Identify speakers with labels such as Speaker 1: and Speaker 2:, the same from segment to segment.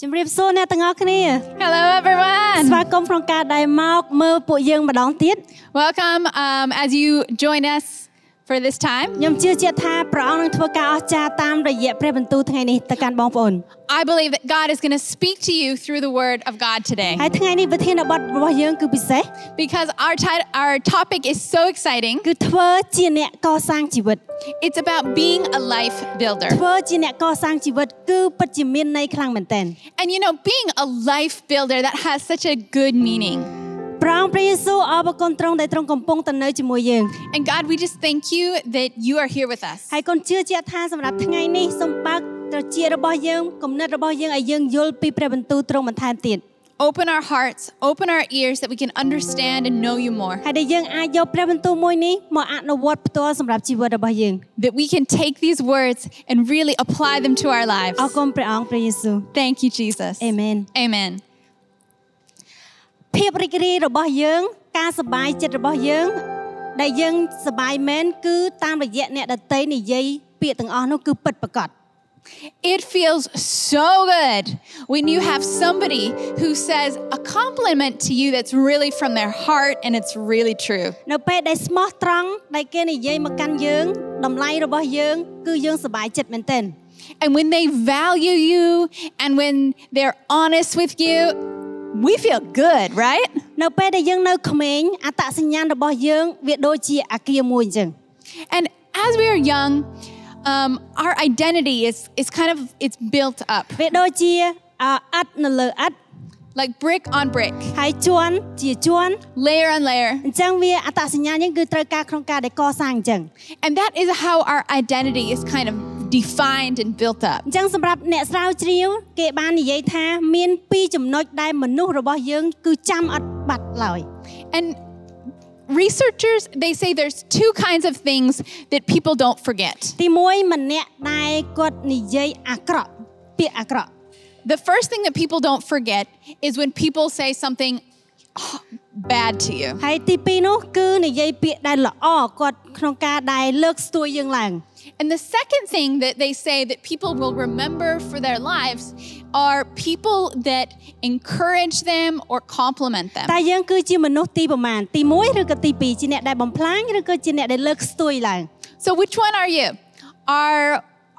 Speaker 1: ជំរាបសួរអ្នកទាំងអស់គ្នា
Speaker 2: Hello,
Speaker 1: ស្
Speaker 2: everyone.
Speaker 1: វាគមន៍ក្នុងការដែលមកមើលពួកយើងម្ដងទៀត
Speaker 2: Welcome um, as you join us for this time.
Speaker 1: ខ្ញុំជឿជាក់ថាព្រះអង្គនឹងធ្វើការអស្ចារ្យតាមរយៈព្រះបន្ទូលថ្ងៃនេះទៅកាន់បងប្អូន
Speaker 2: I believe that God is going to speak to you through the word of God today
Speaker 1: ហើយថ្ងៃនេះប្រធានបទរបស់យើងគឺពិសេស
Speaker 2: because our, tit- our topic is so exciting.
Speaker 1: គឺធ្វើជាអ្នកកសាងជីវិត
Speaker 2: It's about being a life builder.
Speaker 1: ធ្វើជាអ្នកកសាងជីវិតគឺពិតជាមានន័យខ្លាំងមែនទែន
Speaker 2: And you know, being a life builder, that has such a good meaning.
Speaker 1: ព្រះអង្គព្រះយេស៊ូវអបគុណទ្រង់ដែលទ្រង់កំពុងទៅនៅជាមួយយើង
Speaker 2: And God, we just thank you that you are here with us.
Speaker 1: ហើយកូនជឿជាក់ថាសម្រាប់ថ្ងៃនេះសូមបើកត្រចៀករបស់យើងគំនិតរបស់យើងឲ្យយើងយល់ពីព្រះបន្ទូលទ្រង់បន្ថែមទៀត
Speaker 2: Open our hearts, open our ears that we can understand and know you more,
Speaker 1: ហើយដែលយើងអាចយកព្រះបន្ទូលមួយនេះមកអនុវត្តផ្ទាល់សម្រាប់ជីវិតរបស់យើង
Speaker 2: that we can take these words and really apply them to our lives.
Speaker 1: អរគុណព្រះអង្គព្រះយេស៊ូវ
Speaker 2: Thank you, Jesus.
Speaker 1: អេមែន
Speaker 2: Amen.
Speaker 1: ភាពរីករាយរបស់យើង ការសប្បាយចិត្តរបស់យើង ដែលយើងសប្បាយមែនគឺតាមរយៈអ្នកដតីនិយាយពាក្យទាំងអស់នោះគឺពិតប្រាកដ
Speaker 2: It feels so good when you have somebody who says a compliment to you that's really from their heart and it's really true.
Speaker 1: នៅពេលដែលស្មោះត្រង់ដែលគេនិយាយមកកាន់យើងតម្លៃរបស់យើង គឺយើងសប្បាយចិត្តមែនទែន
Speaker 2: And when they value you and when they're honest with you, we feel good, right?
Speaker 1: នៅពេលដែលយើងនៅក្មេងអត្តសញ្ញាណរបស់យើងវាដូចជាអាគារមួយអញ្ចឹង
Speaker 2: And as we are young, um, our identity is, is kind of it's built up
Speaker 1: វាដូចជាអអិតនៅលើអិត
Speaker 2: like brick on brick
Speaker 1: ហើយជួនជាជួន
Speaker 2: layer on layer
Speaker 1: អញ្ចឹងវាអត្តសញ្ញាណយើងគឺត្រូវការក្នុងការដែលកសាងអញ្ចឹង
Speaker 2: and that is how our identity is kind of defined and built up
Speaker 1: អញ្ចឹងសម្រាប់អ្នកស្រាវជ្រាវគេបាននិយាយថាមាន2ចំណុចដែលមនុស្សរបស់យើងគឺចាំអត់បាត់ឡើយ
Speaker 2: and researchers they say there's two kinds of things that people don't forget
Speaker 1: ទី1ម្នាក់ដែលគាត់និយាយអាក្រក់ពាក្យអាក្រក់
Speaker 2: the first thing that people don't forget is when people say something bad to you
Speaker 1: ហើយទី2នោះគឺនិយាយពាក្យដែលល្អគាត់ក្នុងការដែលលើកស្ទួយយើងឡើង
Speaker 2: and the second thing that they say that people will remember for their lives are people that encourage them or compliment them
Speaker 1: តែយើងគឺជាមនុស្សទីប្រមាណទី1ឬក៏ទី2ជាអ្នកដែលបំផ្លាញឬក៏ជាអ្នកដែលលើកស្ទួយឡើង
Speaker 2: so which one are you are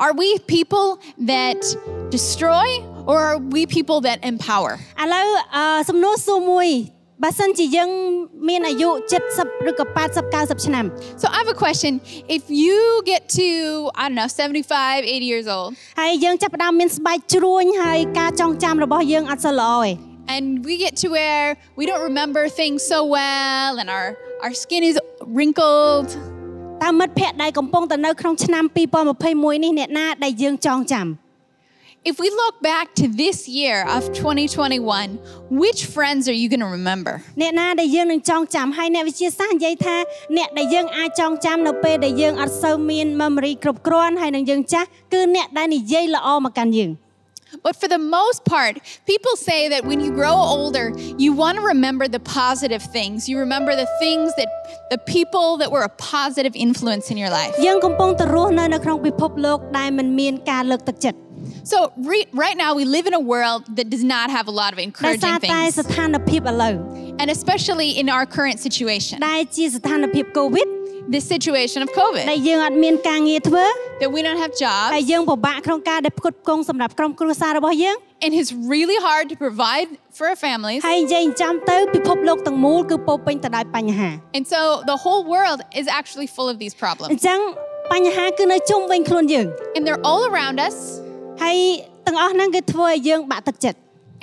Speaker 2: are we people that destroy or are we people that empower
Speaker 1: ឥឡូវអឺសំណួរសួរមួយបើសិនជាយើងមានអាយុ70ឬក៏80 90ឆ្នាំ
Speaker 2: So I have a question. If you get to, I don't know, 75, 80 years old,
Speaker 1: ហើយយើងចាប់ផ្ដើមមានស្បែកជ្រួញហើយការចងចាំរបស់យើងអត់សូវល្អទេ
Speaker 2: and we get to where we don't remember things so well, and our, our skin is wrinkled,
Speaker 1: តើមិត្តភ័ក្តិដែលកំពុងតែនៅក្នុងឆ្នាំ2021នេះអ្នកណាដែលយើងចងចាំ
Speaker 2: if we look back to this year of 2021, which friends are you going to remember?
Speaker 1: អ្នកណាដែលយើងនឹងចងចាំហើយអ្នកវិទ្យាសាស្ត្រនិយាយថាអ្នកដែលយើងអាចចងចាំនៅពេលដែលយើងអត់សូវមាន memory គ្រប់គ្រាន់ហើយនឹងយើងចាស់គឺអ្នកដែលនិយាយល្អមកកាន់យើង
Speaker 2: But for the most part, people say that when you grow older, you want to remember the positive things. You remember the things that the people that were a positive influence in your life.
Speaker 1: យើងកំពុងតែរស់នៅនៅក្នុងពិភពលោកដែលมันមានការលើកទឹកចិត្ត
Speaker 2: So re- right now we live in a world that does not have a lot of
Speaker 1: ដោយសារ
Speaker 2: encouraging
Speaker 1: តែ
Speaker 2: things,
Speaker 1: ស្ថានភាពឥឡូវ
Speaker 2: and especially in our current situation.
Speaker 1: ដែលជាស្ថានភាព COVID
Speaker 2: this situation of COVID,
Speaker 1: ដែលយើងអត់មានការងារធ្វើ
Speaker 2: that we don't have
Speaker 1: ហើយ
Speaker 2: jobs,
Speaker 1: យើងពិបាកក្នុងការដែលផ្គត់ផ្គង់សម្រាប់ក្រុមគ្រួសាររបស់យើង
Speaker 2: and it's really hard to provide for our families.
Speaker 1: ហើយនិយាយអញ្ចឹងទៅពិភពលោកទាំងមូលគឺពោរពេញទៅដោយបញ្ហា
Speaker 2: And so the whole world is actually full of these
Speaker 1: អ
Speaker 2: problems.
Speaker 1: ញ្ចឹងបញ្ហាគឺនៅជុំវិញខ្លួនយើង
Speaker 2: And they're all around us,
Speaker 1: ហើយទាំងអស់ហ្នឹងគឺធ្វើឲ្យយើងបាក់ទឹកចិត្ត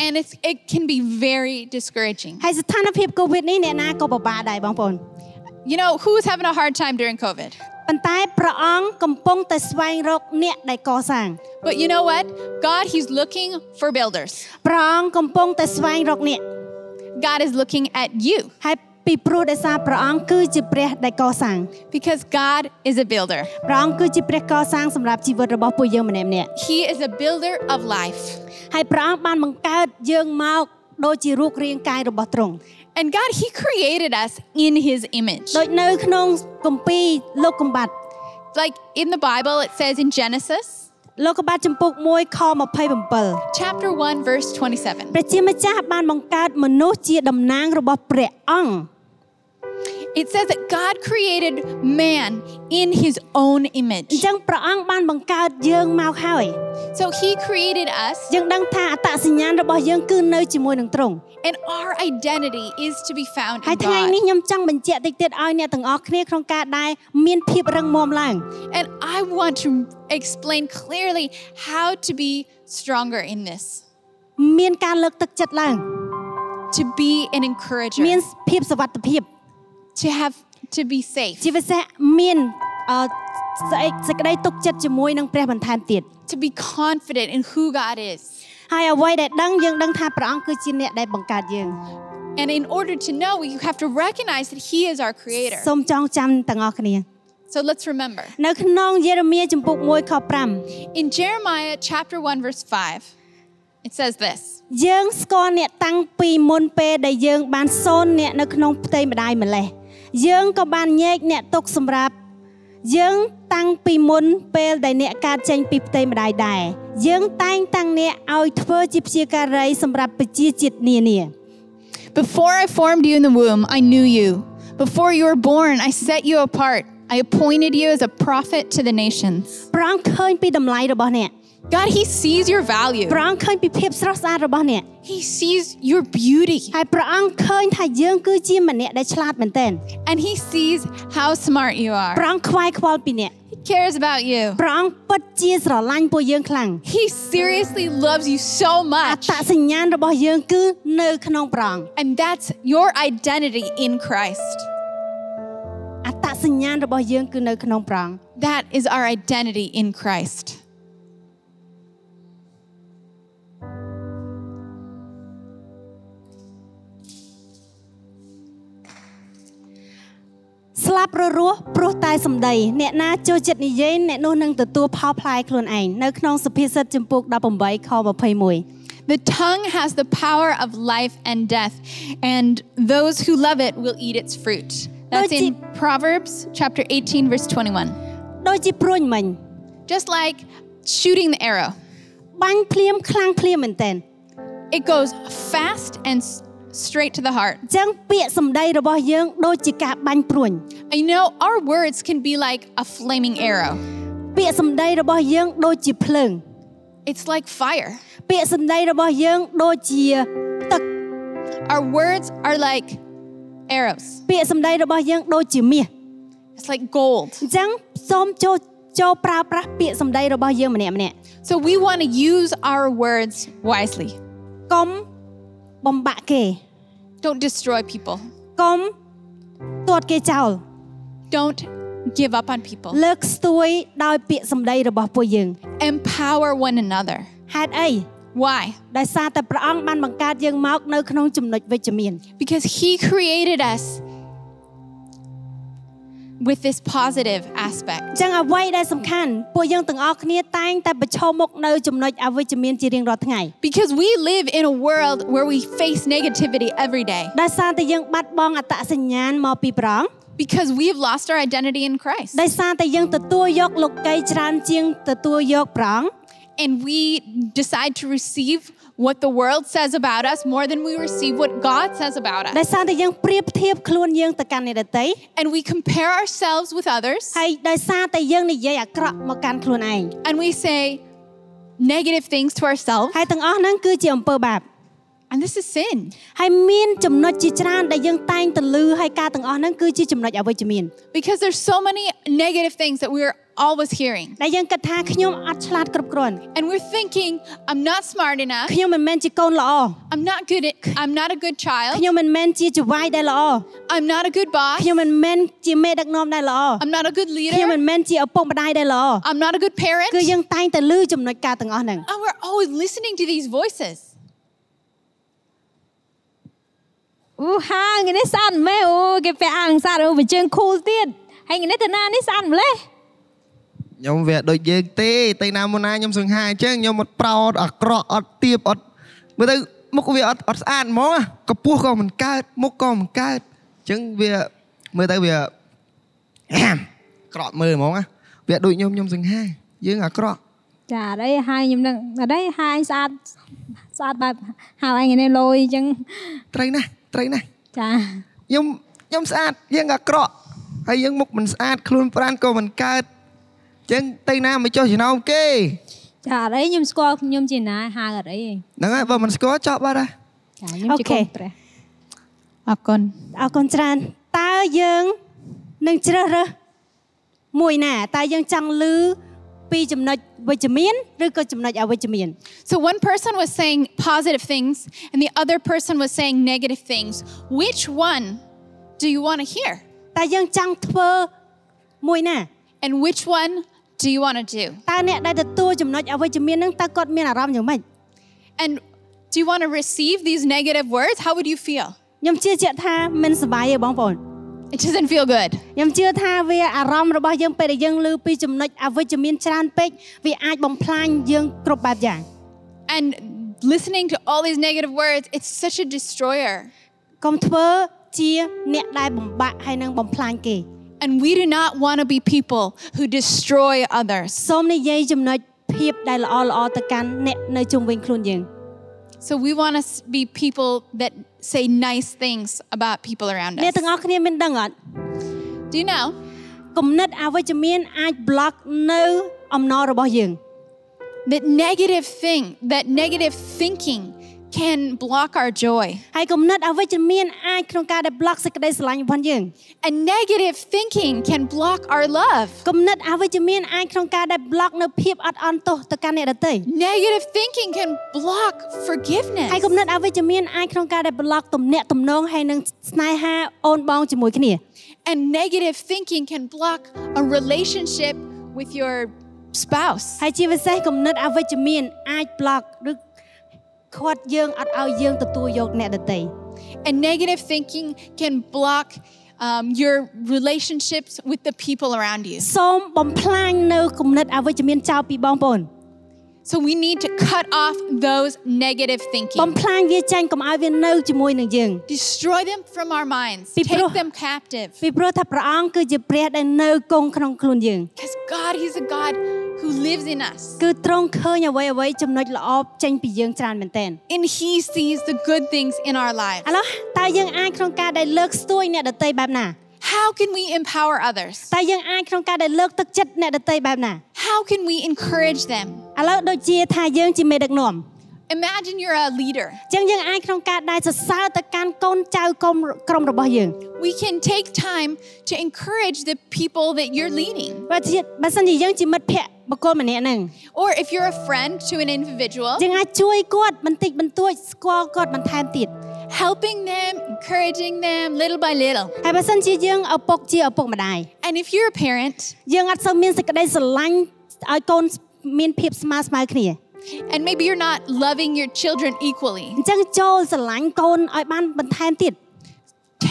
Speaker 2: and it's, it can be very discouraging.
Speaker 1: ហើយស្ថានភាពកូវីដនេះអ្នកណាក៏ពិបាកដែរបងប្អូន
Speaker 2: You know, who's having a hard time during COVID?
Speaker 1: ប៉ុន្តែព្រះអង្គកំពុងតែស្វែងរកអ្នកដែលកសាង
Speaker 2: But you know what? God, He's looking for builders.
Speaker 1: ព្រះអង្គកំពុងតែស្វែងរកអ្នក
Speaker 2: God is looking at you
Speaker 1: ហើយពីព្រោះដោយសារព្រះអង្គគឺជាព្រះដែលកសាង
Speaker 2: because God is a builder.
Speaker 1: ព្រះអង្គគឺជាព្រះកសាងសម្រាប់ជីវិតរបស់ពួកយើងម្នាក់ម្នាក់ៗ
Speaker 2: He is a builder of life.
Speaker 1: ហើយព្រះអង្គបានបង្កើតយើងមកដូចជារូបរាងកាយរបស់ទ្រង់
Speaker 2: And God, He created us in His image.
Speaker 1: ដូចនៅក្នុងគម្ពីរលោកកម្បាត់
Speaker 2: Like in the Bible, it says in Genesis
Speaker 1: លោកកម្បាត់ចំពុក1ខ27
Speaker 2: chapter 1, verse 27.
Speaker 1: ព្រះជាម្ចាស់បានបង្កើតមនុស្សជាតំណាងរបស់ព្រះអង្គ
Speaker 2: It says that God created man in his own
Speaker 1: អ
Speaker 2: image.
Speaker 1: ញ្ចឹងព្រះអង្គបានបង្កើតយើងមកហើយ
Speaker 2: So he created us,
Speaker 1: យើងដឹងថាអត្តសញ្ញាណរបស់យើងគឺនៅជាមួយនឹងទ្រង់
Speaker 2: and our identity is to be found
Speaker 1: ហើ
Speaker 2: in
Speaker 1: យថ្ងៃ
Speaker 2: God.
Speaker 1: នេះខ្ញុំចង់បញ្ជាក់តិចទៀតឲ្យអ្នកទាំងអស់គ្នាក្នុងការដែលមានភាពរឹងមាំឡើង
Speaker 2: And I want to explain clearly how to be stronger in this,
Speaker 1: មានការលើកទឹកចិត្តឡើង
Speaker 2: to be an encourager,
Speaker 1: មានភាពសុវត្ថិភាព
Speaker 2: to have to be safe,
Speaker 1: ជាពិសេសមានអឺសេចសេចក្តីទុកចិត្តជាមួយនឹងព្រះបន្ថែមទៀត
Speaker 2: to be confident in who God is.
Speaker 1: ហើយអ្វីដែលដឹងយើងដឹងថាព្រះអង្គគឺជាអ្នកដែលបង្កើតយើង
Speaker 2: And in order to know, you have to recognize that He is our creator.
Speaker 1: សូមចងចាំទាំងអស់គ្នា
Speaker 2: So let's remember.
Speaker 1: នៅក្នុងយេរេមៀជំពូក1ខ
Speaker 2: In Jeremiah chapter 1 verse 5, it says this.
Speaker 1: 5យើងស្គាល់អ្នកតាំងពីមុនពេលដែលយើងបានសូនអ្នកនៅក្នុងផ្ទៃម្ដាយម្លេះយើងក៏បានញែកអ្នកទុកសម្រាប់យើងតាំងពីមុនពេលដែលអ្នកកើតចេញពីផ្ទៃម្ដាយដែរយើងតែងតាំងអ្នកឲ្យធ្វើជាព្យាការីសម្រាប់ប្រជាជាតិនានា
Speaker 2: Before I formed you in the womb, I knew you. Before you were born, I set you apart. I appointed you as a prophet to the nations.
Speaker 1: ព្រះអង្គឃើញពីតម្លៃរបស់អ្នក
Speaker 2: God, He sees your value.
Speaker 1: ព្រះអង្គឃើញពីភាពស្រស់ស្អាតរបស់អ្នក
Speaker 2: He sees your beauty.
Speaker 1: ហើយព្រះអង្គឃើញថាយើងគឺជាម្នាក់ដែលឆ្លាតមែនទែន
Speaker 2: And He sees how smart you
Speaker 1: ព្រះ
Speaker 2: are.
Speaker 1: អង្គខ្វាយខ្វល់ពីអ្នក
Speaker 2: He cares about you.
Speaker 1: ព្រះអង្គពិតជាស្រឡាញ់ពួកយើងខ្លាំង
Speaker 2: He seriously loves you so
Speaker 1: អ
Speaker 2: much.
Speaker 1: ត្តសញ្ញាណរបស់យើងគឺនៅក្នុងព្រះអង្គ
Speaker 2: And that's your identity in Christ.
Speaker 1: អត្តសញ្ញាណរបស់យើងគឺនៅក្នុងព្រះអង្គ
Speaker 2: That is our identity in Christ.
Speaker 1: ស្លាប់ររស់ព្រោះតែសម្ដីអ្នកណាចូលចិត្តនិយាយអ្នកនោះនឹងទទួលផលផ្លែខ្លួនឯងនៅក្នុងសុភាសិតចំពោក18ខ21
Speaker 2: The tongue has the power of life and death, and those who love it will eat its fruit. That's in Proverbs chapter 18, verse 21.
Speaker 1: ដូចជាព្រួយមិញ
Speaker 2: Just like shooting the arrow,
Speaker 1: បាញ់ភ្លាមខ្លាំងភ្លាមមែនទែន
Speaker 2: it goes fast and s- straight to the heart.
Speaker 1: អញ្ចឹងពាក្យសម្ដីរបស់យើងដូចជាការបាញ់ព្រួញ
Speaker 2: And You know, our words can be like a flaming arrow,
Speaker 1: ពាក្យសម្ដីរបស់យើងដូចជាភ្លើង
Speaker 2: it's like fire.
Speaker 1: ពាក្យសម្ដីរបស់យើងដូចជាទឹក
Speaker 2: Our words are like arrows,
Speaker 1: ពាក្យសម្ដីរបស់យើងដូចជាមាស
Speaker 2: it's like gold.
Speaker 1: អញ្ចឹងសូមចូលចូលប្រើប្រាស់ពាក្យសម្ដីរបស់យើងម្នាក់ម្នាក់
Speaker 2: So we want to use our words wisely,
Speaker 1: កុំបំបាក់គេ
Speaker 2: don't destroy people,
Speaker 1: កុំទាត់គេចោល
Speaker 2: don't give up on people.
Speaker 1: លើកស្ទួយដោយពាក្យសម្ដីរបស់ពួកយើង
Speaker 2: empower one another.
Speaker 1: ហេតុអី
Speaker 2: Why?
Speaker 1: ដោយសារតែព្រះអង្គបានបង្កើតយើងមកនៅក្នុងចំណុចវិជ្ជមាន
Speaker 2: Because He created us with this positive aspect.
Speaker 1: អញ្ចឹងអ្វីដែលសំខាន់ពួកយើងទាំងអស់គ្នាតែងតែប្រឈមមុខនៅចំណុចអវិជ្ជមានជារៀងរាល់ថ្ងៃ
Speaker 2: Because we live in a world where we face negativity every day.
Speaker 1: ដោយសារតែយើងបាត់បង់អត្តសញ្ញាណមកពីព្រះអង្គ
Speaker 2: Because we have lost our identity in Christ.
Speaker 1: ដោយសារតែយើងទទួលយកលោកីច្រើនជាងទទួលយកព្រះអង្គ
Speaker 2: And we decide to receive what the world says about us more than we receive what God says about
Speaker 1: ដែរ
Speaker 2: us.
Speaker 1: សារតែយើងប្រៀបធៀបខ្លួនយើងទៅកាន់អ្នកដទៃ
Speaker 2: And we compare ourselves with others
Speaker 1: ហើយដោយសារតែយើងនិយាយអាក្រក់មកកាន់ខ្លួនឯង
Speaker 2: and we say negative things to ourselves.
Speaker 1: ហើយទាំងអស់ហ្នឹងគឺជាអំពើបាប
Speaker 2: And this is sin
Speaker 1: ហើយមានចំណុចជាច្រើនដែលយើងតែងទៅលឺហើយការទាំងអស់ហ្នឹងគឺជាចំណុចអវិជ្ជមាន
Speaker 2: because there's so many negative things that we're always hearing.
Speaker 1: ដែលយើងគិតថាខ្ញុំអត់ឆ្លាតគ្រប់គ្រាន់
Speaker 2: And we're thinking, I'm not smart enough.
Speaker 1: ខ្ញុំមិនមែនជាកូនល្អ
Speaker 2: I'm not good at, I'm not a good child.
Speaker 1: ខ្ញុំមិនមែនជាចវាយដែលល្អ
Speaker 2: I'm not a good boss.
Speaker 1: ខ្ញុំមិនមែនជាមេដឹកនាំដែលល្អ
Speaker 2: I'm not a good
Speaker 1: ខ្ញុំមិន
Speaker 2: leader.
Speaker 1: មែនជាឪពុកម្ដាយដែលល្អ
Speaker 2: I'm not a good parent.
Speaker 1: គឺយើងតែងតែលឺចំណុចការទាំងអស់ហ្នឹង
Speaker 2: And we're always listening to these voices.
Speaker 3: អូហាងនេះស្អាតម៉ែអូគេពាក់អាវអង្សារអូវាជើងខូលទៀតហើយថ្ងៃនេះតាណានេះស្អាតម្លេះ
Speaker 4: ខ្ញុំវាដូចយើងទេតែណាមុនណាខ្ញុំសង្ហាអញ្ចឹងខ្ញុំអត់ប្រោតអាក្រក់អត់ទៀបអត់មើលទៅមុខវាអត់អត់ស្អាតហ្មងអាកពស់ក៏មិនកើតមុខក៏មិនកើតអញ្ចឹងវាមើលទៅវា ក្រក់មើលហ្មងណាវាដូចខ្ញុំខ្ញុំសង្ហាយើងអាក្រក់
Speaker 3: ចាអីហើយខ្ញុំនឹងអីហើយស្អាតស្អាតបែបហៅឯងថ្ងៃនេះលយអញ្ចឹង
Speaker 4: ត្រូវណាស់ត្រូវណាស់
Speaker 3: ចា
Speaker 4: ខ្ញុំខ្ញុំស្អាតយើងអាក្រក់ហើយយើងមុខមិនស្អាតខ្លួនប្រានក៏មិនកើតអញ្ចឹងទៅណាមកចោះចំណោមគេ
Speaker 3: ចាអីខ្ញុំស្គាល់ខ្ញុំជាណាហៅអី
Speaker 4: ហ្នឹងហើយបើមិនស្គាល់ចោះបាត់ហើយ
Speaker 3: ចាខ្ញុំជាកូនព្រះ
Speaker 2: Akon.
Speaker 1: អរគុណច្រើនតើយើងនឹងជ្រើសរើសមួយណាតើយើងចង់លឺពីចំណុចវិជ្ជមានឬក៏ចំណុចអវិជ្ជមាន
Speaker 2: So one person was saying positive things and the other person was saying negative things. Which one do you want to hear?
Speaker 1: តើយើងចង់ធ្វើមួយណា
Speaker 2: And which one do you want to do?
Speaker 1: តើអ្នកដែលទទួលចំណុចអវិជ្ជមានហ្នឹងតើគាត់មានអារម្មណ៍យ៉ាងម៉េច
Speaker 2: And do you want to receive these negative words? How would you feel?
Speaker 1: ខ្ញុំជឿជាក់ថាមិនសប្បាយទេបងប្អូន
Speaker 2: It doesn't feel good.
Speaker 1: ខ្ញុំជឿថាវាអារម្មណ៍របស់យើងពេលដែលយើងឮពីចំណុចអវិជ្ជមានច្រើនពេកវាអាចបំផ្លាញយើងគ្រប់បែបយ៉ាង
Speaker 2: And listening to all these negative words, it's such a destroyer.
Speaker 1: កុំធ្វើជាអ្នកដែលបំបាក់ហើយនឹងបំផ្លាញគេ
Speaker 2: And we do not want to be people who destroy others.
Speaker 1: សូមនិយាយចំណុចភាពដែលល្អល្អទៅកាន់អ្នកនៅជុំវិញខ្លួនយើង
Speaker 2: So we want to be people that say nice things about people around
Speaker 1: អ្នក
Speaker 2: us.
Speaker 1: ទាំងអស់គ្នាមានដឹងអត់
Speaker 2: Do you know?
Speaker 1: គំនិតអវិជ្ជមានអាច block នៅអំណររបស់យើង
Speaker 2: that negative thing, that negative thinking can block our joy.
Speaker 1: ហើយគំនិតអវិជ្ជមានអាចក្នុងការដែល block សេចក្តីស្រឡាញ់របស់យើង
Speaker 2: And negative thinking can block our love.
Speaker 1: គំនិតអវិជ្ជមានអាចក្នុងការដែល block នៅភាពអត់អន់ទោសទៅកាន់អ្នកដទៃ
Speaker 2: Negative thinking can block
Speaker 1: ហើយ
Speaker 2: forgiveness.
Speaker 1: គំនិតអវិជ្ជមានអាចក្នុងការដែល block ទំនាក់ទំនងហើយនឹងស្នេហាអូនបងជាមួយគ្នា
Speaker 2: And negative thinking can block a relationship with your spouse.
Speaker 1: ហើយជាពិសេសគំនិតអវិជ្ជមានអាច block ឬខាត់យើងអត់ឲ្យយើងទទួលយកអ្នកដទៃ
Speaker 2: And negative thinking can block um, your relationships with the people around you.
Speaker 1: សូមបំផ្លាញនៅគំនិតអវិជ្ជមានចោលពីបងប្អូន
Speaker 2: So we need to cut off those negative
Speaker 1: បំ
Speaker 2: thinking,
Speaker 1: ផ្លាញវាចាញ់កុំឲ្យវានៅជាមួយនឹងយើង
Speaker 2: destroy them from our minds,
Speaker 1: Be pro-
Speaker 2: take them captive.
Speaker 1: ពីព្រោះថាព្រះអង្គគឺជាព្រះដែលនៅគង់ក្នុងខ្លួនយើង
Speaker 2: Because God, He's a God who lives in us.
Speaker 1: គឺទ្រង់ឃើញអ្វីអ្វីៗចំណុចល្អចេញពីយើងច្រើនមែនទែន
Speaker 2: And He sees the good things in our
Speaker 1: ឥ
Speaker 2: lives.
Speaker 1: ឡូវតើយើងអាចក្នុងការដែលលើកស្ទួយអ្នកដទៃបែបណា
Speaker 2: How can we empower others?
Speaker 1: តើយើងអាចក្នុងការដែលលើកទឹកចិត្តអ្នកដទៃបែបណា
Speaker 2: How can we encourage them?
Speaker 1: ឥឡូវដូចជាថាយើងជាមេដឹកនាំ
Speaker 2: Imagine you're a leader.
Speaker 1: អញ្ចឹងយើងអាចក្នុងការដែលសរសើរទៅកាន់កូនចៅក្រុមក្រុមរបស់យើង
Speaker 2: We can take time to encourage the people that you're leading.
Speaker 1: បើជាបើសិនជាយើងជាមិត្តភក្តិបុគ្គលម្នាក់ហ្នឹង
Speaker 2: Or if you're a friend to an individual,
Speaker 1: យើងអាចជួយគាត់បន្តិចបន្តួចស្គាល់គាត់បន្ថែមទៀត
Speaker 2: helping them, encouraging them little by little.
Speaker 1: ហើយបើសិនជាយើងឪពុកជាឪពុកម្ដាយ
Speaker 2: And if you're a parent,
Speaker 1: យើងអត់សូវមានសេចក្តីស្រឡាញ់ឲ្យកូនមានភាពស្មើស្មើគ្នា
Speaker 2: and maybe you're not loving your children equally,
Speaker 1: អញ្ចឹងចូលស្រឡាញ់កូនឲ្យបានបន្ថែមទៀត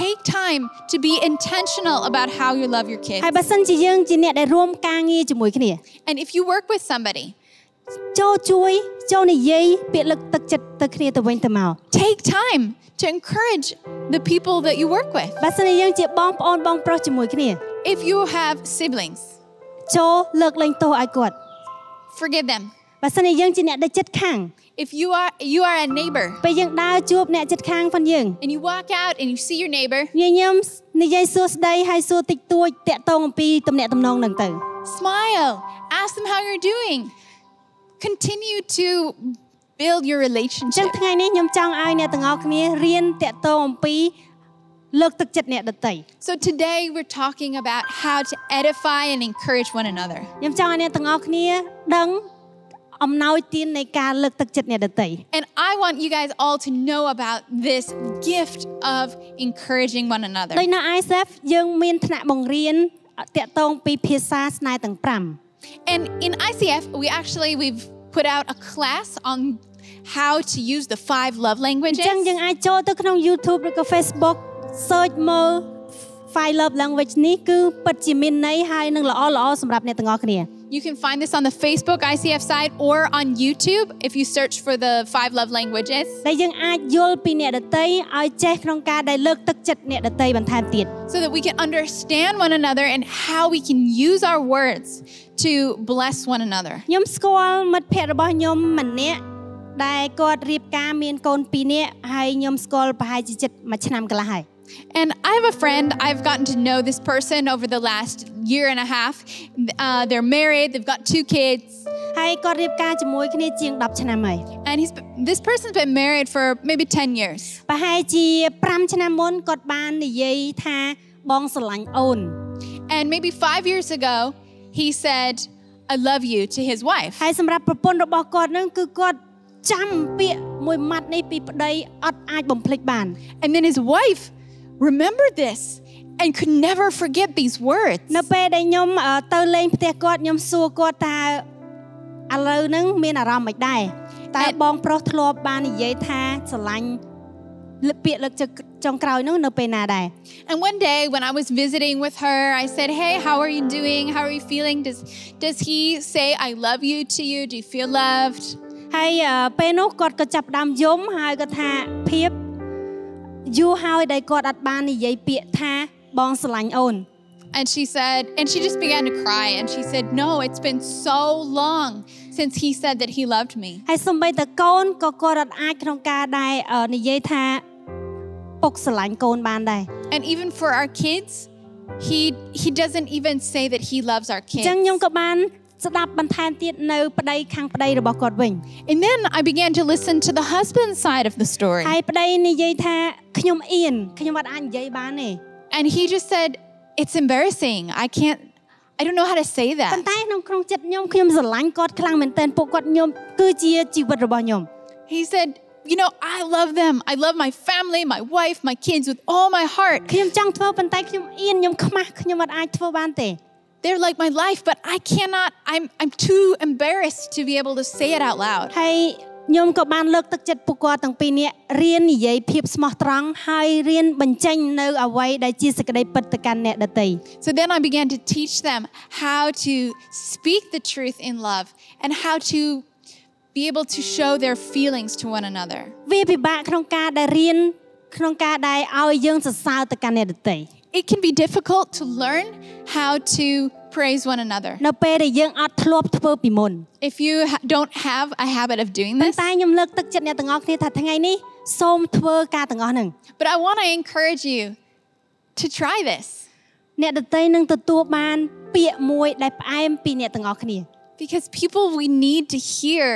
Speaker 2: take time to be intentional about how you love your
Speaker 1: ហើ
Speaker 2: kids.
Speaker 1: យបើសិនជាយើងជាអ្នកដែលរួមការងារជាមួយគ្នា
Speaker 2: And if you work with somebody,
Speaker 1: ចូលជួយចូលនិយាយពាក្យលើកទឹកចិត្តទៅគ្នាទៅវិញទៅមក
Speaker 2: take time to encourage the people that you work with.
Speaker 1: បើសិនជាយើងជាបងប្អូនបងប្រុសជាមួយគ្នា
Speaker 2: If you have siblings,
Speaker 1: ចូលលើកលែងទោសឲ្យគាត់
Speaker 2: forgive them.
Speaker 1: បើសិនជាយើងជាអ្នកដែលចិត្តខាង
Speaker 2: If you are you are a neighbor
Speaker 1: ពេលយើងដើរជួបអ្នកចិត្តខាងផងយើង
Speaker 2: and you walk out and you see your neighbor,
Speaker 1: ញញឹមនិយាយសួស្ដីហើយសួរតិចតួចតាក់ទងអំពីទំនាក់ទំនងហ្នឹងទៅ
Speaker 2: smile, ask them how you're doing. Continue to build your
Speaker 1: អញ្ចឹង
Speaker 2: relationship.
Speaker 1: ថ្ងៃនេះខ្ញុំចង់ឲ្យអ្នកទាំងអស់គ្នារៀនតាក់ទងអំពីលើកទឹកចិត្តអ្នកដទៃ
Speaker 2: So today we're talking about how to edify and encourage one another.
Speaker 1: ខ្ញុំចង់ឲ្យអ្នកទាំងអស់គ្នាដឹងអំណោយទាននៃការលើកទឹកចិត្តអ្នកដទៃ
Speaker 2: And I want you guys all to know about this gift of encouraging one another.
Speaker 1: ដោយនៅ ISF យើងមានថ្នាក់បង្រៀនតាក់ទងពីភាសាស្នេហ៍ទាំង5
Speaker 2: And in ICF, we actually we've put out a class on how to use the five love
Speaker 1: អ
Speaker 2: languages.
Speaker 1: ញ្ចឹងយើងអាចចូលទៅក្នុង YouTube ឬក៏ Facebook search មើល Five Love Language នេះគឺពិតជាមានន័យហើយនឹងល្អល្អសម្រាប់អ្នកទាំងអស់គ្នា
Speaker 2: You can find this on the Facebook ICF side or on YouTube if you search for the five love languages
Speaker 1: ដែលយើងអាចយល់ពីអ្នកដតីឲ្យចេះក្នុងការដែលលើកទឹកចិត្តអ្នកដតីបន្ថែមទៀត
Speaker 2: so that we can understand one another and how we can use our words to bless one another.
Speaker 1: ខ្ញុំស្គាល់មិត្តភ័ក្តិរបស់ខ្ញុំម្នាក់ដែលគាត់រៀបការមានកូន2នាក់ហើយខ្ញុំស្គាល់ប្រហែលជាជិតមួយឆ្នាំកន្លះហើយ
Speaker 2: And I have a friend, I've gotten to know this person over the last year and a half. Uh, they're married, they've got two kids,
Speaker 1: ហើយគាត់រៀបការជាមួយគ្នាជាង10ឆ្នាំហើយ
Speaker 2: and he's this person's been married for maybe 10 years.
Speaker 1: ប្រហែលជា5ឆ្នាំមុនគាត់បាននិយាយថាបងស្រឡាញ់អូន
Speaker 2: And maybe five years ago, he said, I love you to his wife.
Speaker 1: ហើយសម្រាប់ប្រពន្ធរបស់គាត់នឹងគឺគាត់ចាំពាក្យមួយម៉ាត់នេះពីប្តីអត់អាចបំភ្លេចបាន
Speaker 2: And then his wife remembered this and could never forget these words.
Speaker 1: នៅពេលដែលខ្ញុំអឺទៅលេងផ្ទះគាត់ខ្ញុំសួរគាត់ថាឥឡូវហ្នឹងមានអារម្មណ៍មិនដែរតែ
Speaker 2: អេ
Speaker 1: បងប្រុសធ្លាប់បាននិយាយថាស្រឡាញ់លើកពាក្យលើកចុងចុងក្រោយហ្នឹងនៅពេលណាដែរ
Speaker 2: And one day when I was visiting with her, I said, Hey, how are you doing? How are you feeling? Does, does he say, I love you to you? Do you feel loved?
Speaker 1: ហើយអឺពេលនោះគាត់ក៏ចាប់ផ្ដើមយំហើយគាត់ថាភាពយូរហើយដែលគាត់អត់បាននិយាយពាក្យថាបងស្រឡាញ់អូន
Speaker 2: And she said, and she just began to cry. And she said, No, it's been so long since he said that he loved me.
Speaker 1: ហើយសំបីតកូនក៏គាត់អត់អាចក្នុងការដែរអឺនិយាយថាពុកស្រឡាញ់កូនបានដែរ
Speaker 2: And even for our kids, he he doesn't even say that he loves our
Speaker 1: អ
Speaker 2: kids.
Speaker 1: ញ្ចឹងខ្ញុំក៏បានស្ដាប់បន្ថែមទៀតនៅប្តីខាងប្តីរបស់គាត់វិញ
Speaker 2: And then I began to listen to the husband's side of the story.
Speaker 1: ហើយប្តីនិយាយថាខ្ញុំអៀនខ្ញុំអត់អាចនិយាយបានទេ
Speaker 2: and he just said, It's embarrassing. I can't, I don't know how to say
Speaker 1: ប៉ុ
Speaker 2: that.
Speaker 1: ន្តែក្នុងក្នុងចិត្តខ្ញុំខ្ញុំស្រឡាញ់គាត់ខ្លាំងមែនទែនពួកគាត់ខ្ញុំគឺជាជីវិតរបស់ខ្ញុំ
Speaker 2: He said, You know, I love them. I love my family, my wife, my kids with all my heart.
Speaker 1: ខ្ញុំចង់ធ្វើប៉ុន្តែខ្ញុំអៀនខ្ញុំខ្មាស់ខ្ញុំអត់អាចធ្វើបានទេ
Speaker 2: They're like my life, but I cannot, I'm, I'm too embarrassed to be able to say it out loud.
Speaker 1: ហើយខ្ញុំក៏បានលើកទឹកចិត្តពួកគាត់ទាំងពីរនាក់រៀននិយាយភាពស្មោះត្រង់ហើយរៀនបញ្ចេញនៅអ្វីដែលជាសេចក្តីពិតទៅកាន់អ្នកដទៃ
Speaker 2: So then I began to teach them how to speak the truth in love and how to be able to show their feelings to one another.
Speaker 1: វាពិបាកក្នុងការដែលរៀនក្នុងការដែលឲ្យយើងសរសើរទៅកាន់អ្នកដទៃ
Speaker 2: It can be difficult to learn how to praise one another
Speaker 1: នៅពេលដែលយើងអត់ធ្លាប់ធ្វើពីមុន
Speaker 2: if you ha- don't have a habit of doing
Speaker 1: ប៉ុ
Speaker 2: this.
Speaker 1: ន្តែខ្ញុំលើកទឹកចិត្តអ្នកទាំងអស់គ្នាថាថ្ងៃនេះសូមធ្វើការទាំងអស់ហ្នឹង
Speaker 2: But I want to encourage you to try this
Speaker 1: អ្នកដទៃនឹងទទួលបានពាក្យមួយដែលផ្អែមពីអ្នកទាំងអស់គ្នា
Speaker 2: because people, we need to hear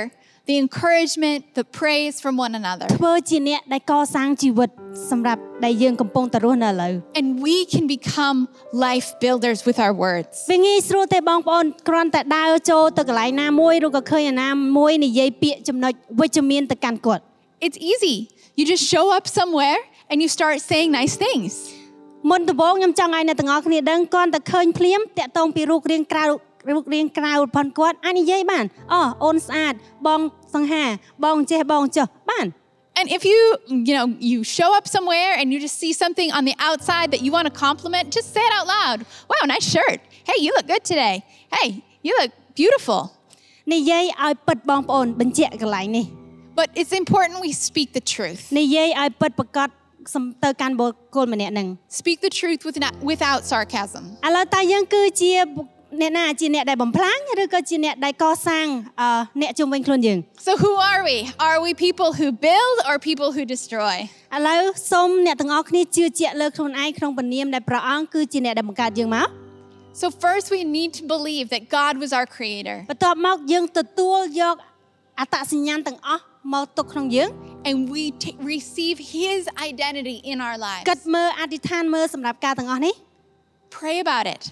Speaker 2: the encouragement, the praise from one another.
Speaker 1: ធ្វើជាអ្នកដែលកសាងជីវិតសម្រាប់ដែលយើងកំពុងតែរស់នៅឥឡូវ
Speaker 2: And we can become life builders with our words.
Speaker 1: វាងាយស្រួលទេបងប្អូនគ្រាន់តែដើរចូលទៅកន្លែងណាមួយឬក៏ឃើញអាណាមួយនិយាយពាក្យចំណុចវិជ្ជមានទៅកាន់គាត់
Speaker 2: It's easy. You just show up somewhere and you start saying nice things.
Speaker 1: មុនដំបូងខ្ញុំចង់ឲ្យអ្នកទាំងអស់គ្នាដឹងគ្រាន់តែឃើញភ្លាមតាក់ទងពីរូបរាងក្រៅរូបរាងក្រៅរបស់គាត់អាចនិយាយបានអូអូនស្អាតបងសង្ហាបងចេះបងចុះបាន
Speaker 2: And if you, you know, you show up somewhere and you just see something on the outside that you want to compliment, just say it out loud. Wow, nice shirt. Hey, you look good today. Hey, you look beautiful.
Speaker 1: និយាយឲ្យពិតបងប្អូនបញ្ជាក់កន្លែងនេះ
Speaker 2: But it's important we speak the truth.
Speaker 1: និយាយឲ្យពិតប្រកបសំទៅកាន់បុគ្គលម្នាក់ហ្នឹង
Speaker 2: Speak the truth with not, without sarcasm.
Speaker 1: ឥឡូវតើយើងគឺជា អ្នកណាជាអ្នកដែលបំផ្លាញឬក៏ជាអ្នកដែលកសាងអឺអ្នកជុំវិញខ្លួនយើង
Speaker 2: So, who are we? Are we people who build or people who destroy?
Speaker 1: ឥឡូវសូមអ្នកទាំងអស់គ្នាជឿជាក់លើខ្លួនឯងក្នុងពនាមដែលព្រះអង្គគឺជាអ្នកដែលបង្កើតយើងមក
Speaker 2: So, first, we need to believe that God was our creator
Speaker 1: បន្ទាប់មកយើងទទួលយកអត្តសញ្ញាណទាំងអស់មកទុកក្នុងយើង
Speaker 2: and we t- receive His identity in our lives.
Speaker 1: គិតមើលអធិដ្ឋានមើលសម្រាប់ការទាំងអស់នេះ
Speaker 2: Pray about it.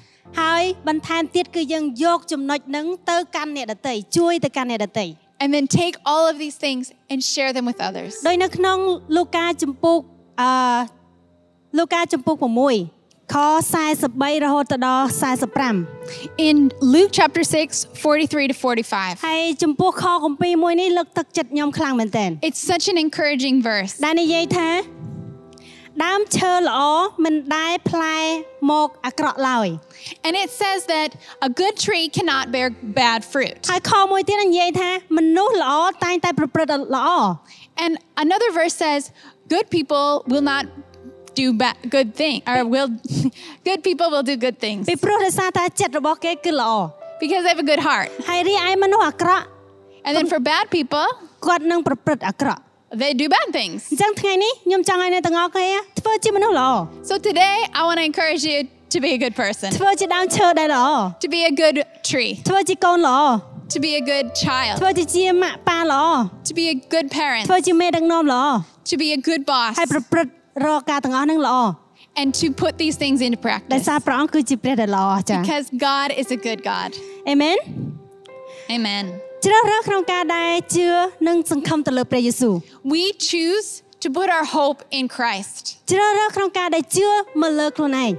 Speaker 1: ហើយបន្ថែមទៀតគឺយើងយកចំណុចហ្នឹងទៅកាន់អ្នកដតីជួយទៅកាន់អ្នកដតី
Speaker 2: And then take all of these things and share them with others.
Speaker 1: ដោយនៅក្នុងលូកាចំពុកអឺលូកាចំពុក6ខ43រហូតដល់45
Speaker 2: In Luke chapter 6, 43 to 45,
Speaker 1: ហើយចំពោះខគម្ពីរមួយនេះលើកទឹកចិត្តខ្ញុំខ្លាំងមែនទែន
Speaker 2: it's such an encouraging verse.
Speaker 1: ដែលនិយាយថាដើមឈើល្អមិនដែលផ្លែមកអាក្រក់ឡើយ
Speaker 2: And it says that a good tree cannot bear bad fruit.
Speaker 1: ហើយខមួយទៀតនិយាយថាមនុស្សល្អតែងតែប្រព្រឹត្តល្អ
Speaker 2: And another verse says, good people will not do ba- good thing or will good people will do good things
Speaker 1: ពីព្រោះដោយសារតែចិត្តរបស់គេគឺល្អ
Speaker 2: because they have a good heart.
Speaker 1: ហើយរីឯមនុស្សអាក្រក់
Speaker 2: And then for bad people,
Speaker 1: គាត់នឹងប្រព្រឹត្តអាក្រក់
Speaker 2: they do bad
Speaker 1: អ
Speaker 2: things.
Speaker 1: ញ្ចឹងថ្ងៃនេះខ្ញុំចង់ឲ្យអ្នកទាំងអស់គ្នាធ្វើជាមនុស្សល្អ
Speaker 2: So today I want to encourage you to be a good person,
Speaker 1: ធ្វើជាដើមឈើដែលល្អ
Speaker 2: to be a good tree,
Speaker 1: ធ្វើជាកូនល្អ
Speaker 2: to be a good child,
Speaker 1: ធ្វើជាជាម៉ាក់ប៉ាល្អ
Speaker 2: to be a good parent,
Speaker 1: ធ្វើជាមេដឹកនាំល្អ
Speaker 2: to be a good boss
Speaker 1: ហើយប្រព្រឹត្តរកការទាំងអស់ហ្នឹងល្អ
Speaker 2: and to put these things into
Speaker 1: ដោយ
Speaker 2: practice
Speaker 1: សារព្រះអង្គគឺជាព្រះដែលល្អអស្ចារ្យ
Speaker 2: because God is a good God.
Speaker 1: អេមែន
Speaker 2: Amen.
Speaker 1: ជ្រើសរើសក្នុងការដែលជឿនិងសង្ឃឹមទៅលើព្រះយេស៊ូវ
Speaker 2: We choose to put our hope in Christ.
Speaker 1: ជ្រើសរើសក្នុងការដែលជឿមកលើខ្លួនឯង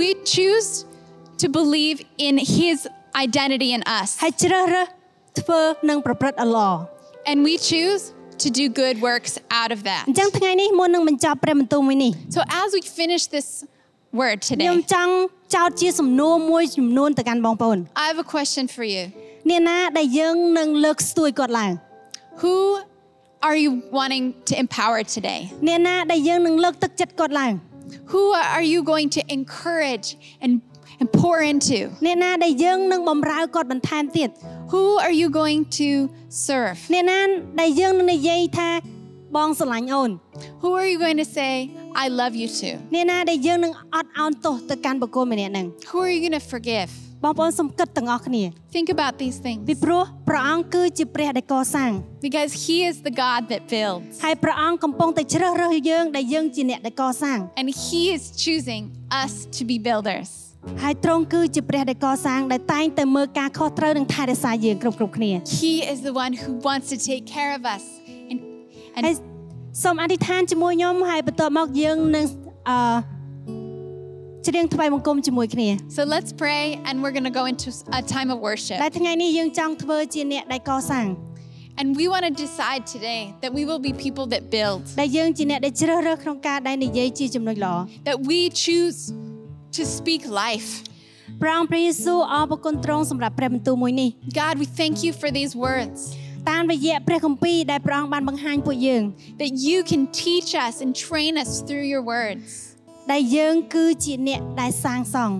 Speaker 2: We choose to believe in his identity in us.
Speaker 1: ហើយជ្រើសរើសធ្វើនិងប្រព្រឹត្តឲ្យល្អ
Speaker 2: And we choose to do good works out of that.
Speaker 1: អញ្ចឹងថ្ងៃនេះមុននឹងបញ្ចប់ព្រះបន្ទូលមួយនេះ
Speaker 2: So as we finish this word
Speaker 1: ខ្ញុំ
Speaker 2: today,
Speaker 1: ចង់ចោទជាសំណួរមួយចំនួនទៅកាន់បងប្អូន
Speaker 2: I have a question for you.
Speaker 1: អ្នកណាដែលយើងនឹងលើកស្ទួយគាត់ឡើង
Speaker 2: Who are you wanting to empower today?
Speaker 1: អ្នកណាដែលយើងនឹងលើកទឹកចិត្តគាត់ឡើង
Speaker 2: Who are you going to encourage and, and pour into?
Speaker 1: អ្នកណាដែលយើងនឹងបំរើគាត់បន្ថែមទៀត
Speaker 2: Who are you going to serve?
Speaker 1: អ្នកណាដែលយើងនឹងនិយាយថាបងស្រឡាញ់អូន
Speaker 2: Who are you going to say, I love you to?
Speaker 1: អ្នកណាដែលយើងនឹងអត់ឱនទោសទៅកាន់បុគ្គលម្នាក់ហ្នឹង
Speaker 2: Who are you going to forgive?
Speaker 1: បងប្អូនសំគិតទាំងអស់គ្នា
Speaker 2: Think about these
Speaker 1: ពី
Speaker 2: things
Speaker 1: ព្រោះព្រះអង្គគឺជាព្រះដែលកសាង
Speaker 2: because he is the God that builds.
Speaker 1: ហើយព្រះអង្គកំពុងតែជ្រើសរើសយើងដែលយើងជាអ្នកដែលកសាង
Speaker 2: and he is choosing us to be builders.
Speaker 1: ហើយទ្រង់គឺជាព្រះដែលកសាងដែលតែងតែមើលការខុសត្រូវនិងថែរក្សាយើងគ្រប់គ្រប់គ្នា
Speaker 2: He is the one who wants to take care of us. And,
Speaker 1: ហើ
Speaker 2: and
Speaker 1: យសូមអធិដ្ឋានជាមួយខ្ញុំហើយបន្ទាប់មកយើងនឹងអឺច្រៀងថ្វាយបង្គំជាមួយគ្នា
Speaker 2: so let's pray and we're going to go into a time of
Speaker 1: តែ
Speaker 2: worship.
Speaker 1: លថ្ងៃនេះយើងចង់ធ្វើជាអ្នកដែលកសាង
Speaker 2: And we want to decide today that we will be people that build,
Speaker 1: ដែលយើងជាអ្នកដែលជ្រើសរើសក្នុងការដែលនិយាយជាចំណុចល្អ
Speaker 2: that we choose to speak life.
Speaker 1: ព្រះអង្គព្រះយេស៊ូវអរគុណទ្រង់សម្រាប់ព្រះបន្ទូលមួយនេះ
Speaker 2: God, we thank you for these words
Speaker 1: តាមរយៈព្រះគម្ពីរដែលព្រះអង្គបានបង្ហាញពួកយើង
Speaker 2: that you can teach us and train us through your words,
Speaker 1: ដែលយើងគឺជាអ្នកដែលសាងសង់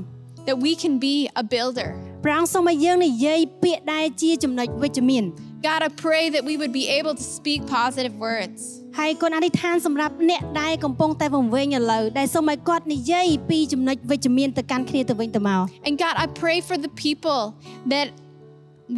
Speaker 2: that we can be a builder.
Speaker 1: ព្រះអង្គសូមឲ្យយើងនិយាយពាក្យដែលជាចំណុចវិជ្ជមាន
Speaker 2: God, I pray that we would be able to speak positive words.
Speaker 1: ហើយគុណអធិដ្ឋានសម្រាប់អ្នកដែលកំពុងតែវង្វេងឥឡូវដែលសូមឲ្យគាត់និយាយពីចំណុចវិជ្ជមានទៅកាន់គ្នាទៅវិញទៅមក
Speaker 2: And God, I pray for the people that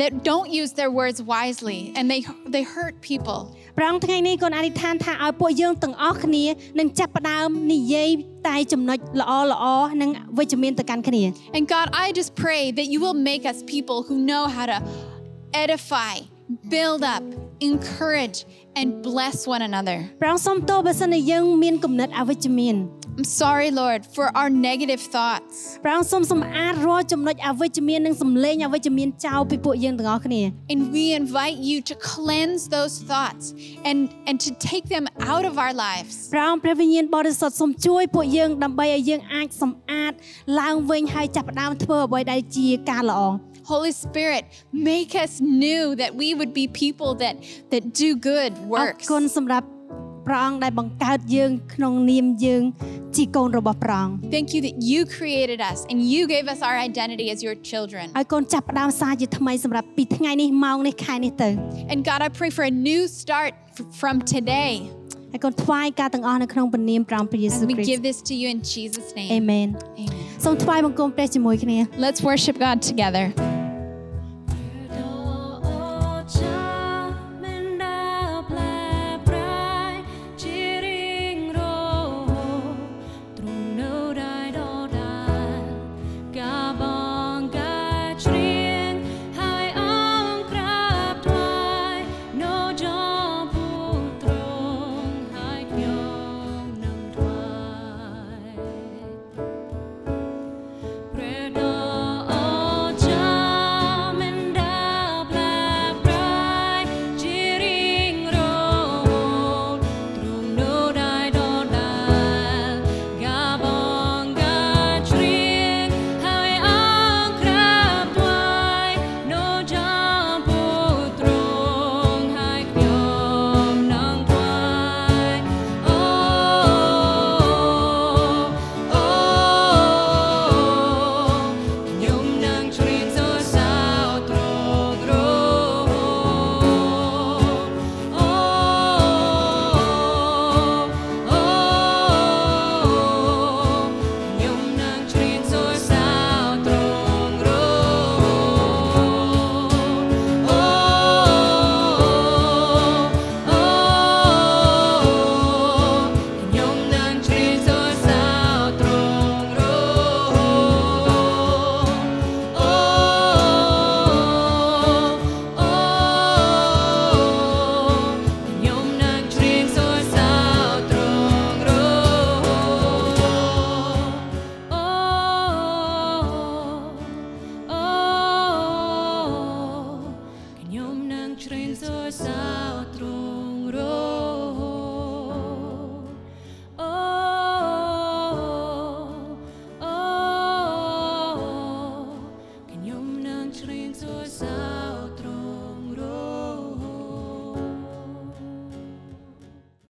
Speaker 2: that don't use their words wisely and they they hurt people.
Speaker 1: ព្រះអង្គថ្ងៃនេះគុណអធិដ្ឋានថាឲ្យពួកយើងទាំងអស់គ្នានឹងចាប់ផ្ដើមនិយាយតែចំណុចល្អល្អនិងវិជ្ជមានទៅកាន់គ្នា
Speaker 2: And God, I just pray that you will make us people who know how to edify, build up, encourage and bless one another.
Speaker 1: ព្រះអង្គសូមទោសបើសិនជាយើងមានគំនិតអវិជ្ជមាន
Speaker 2: I'm sorry, Lord, for our negative thoughts.
Speaker 1: ព្រះអង្គសូមសម្អាតរាល់ចំណុចអវិជ្ជមាននិងសម្លេងអវិជ្ជមានចោលពីពួកយើងទាំងអស់គ្នា
Speaker 2: And we invite you to cleanse those thoughts and and to take them out of our lives.
Speaker 1: ព្រះអង្គព្រះវិញ្ញាណបរិសុទ្ធសូមជួយពួកយើងដើម្បីឲ្យយើងអាចសម្អាតឡើងវិញហើយចាប់ផ្ដើមធ្វើអ្វីដែលជាការល្អ
Speaker 2: Holy Spirit, make us new that we would be people that that do good
Speaker 1: អរ
Speaker 2: works.
Speaker 1: គុណសម្រាប់ព្រះអង្គដែលបង្កើតយើងក្នុងនាមយើង ជាកូនរបស់ព្រះអង្គ
Speaker 2: Thank you that you created us and you gave us our identity as your children.
Speaker 1: ឲ្យកូនចាប់ផ្ដើមសារជាថ្មីសម្រាប់ពីថ្ងៃនេះម៉ោងនេះខែនេះទៅ
Speaker 2: And God, I pray for a new start f- from today.
Speaker 1: ហើយកូនថ្វាយការទាំងអស់នៅក្នុងព្រះនាមព្រះអង្គព្រះយេស៊ូវ
Speaker 2: We
Speaker 1: គ្រី
Speaker 2: give
Speaker 1: ស្ទ
Speaker 2: this to you in Jesus'
Speaker 1: អេ
Speaker 2: name.
Speaker 1: មែន
Speaker 2: Amen.
Speaker 1: សូមថ្វាយបង្គំព្រះជាមួយគ្នា
Speaker 2: Let's worship God together.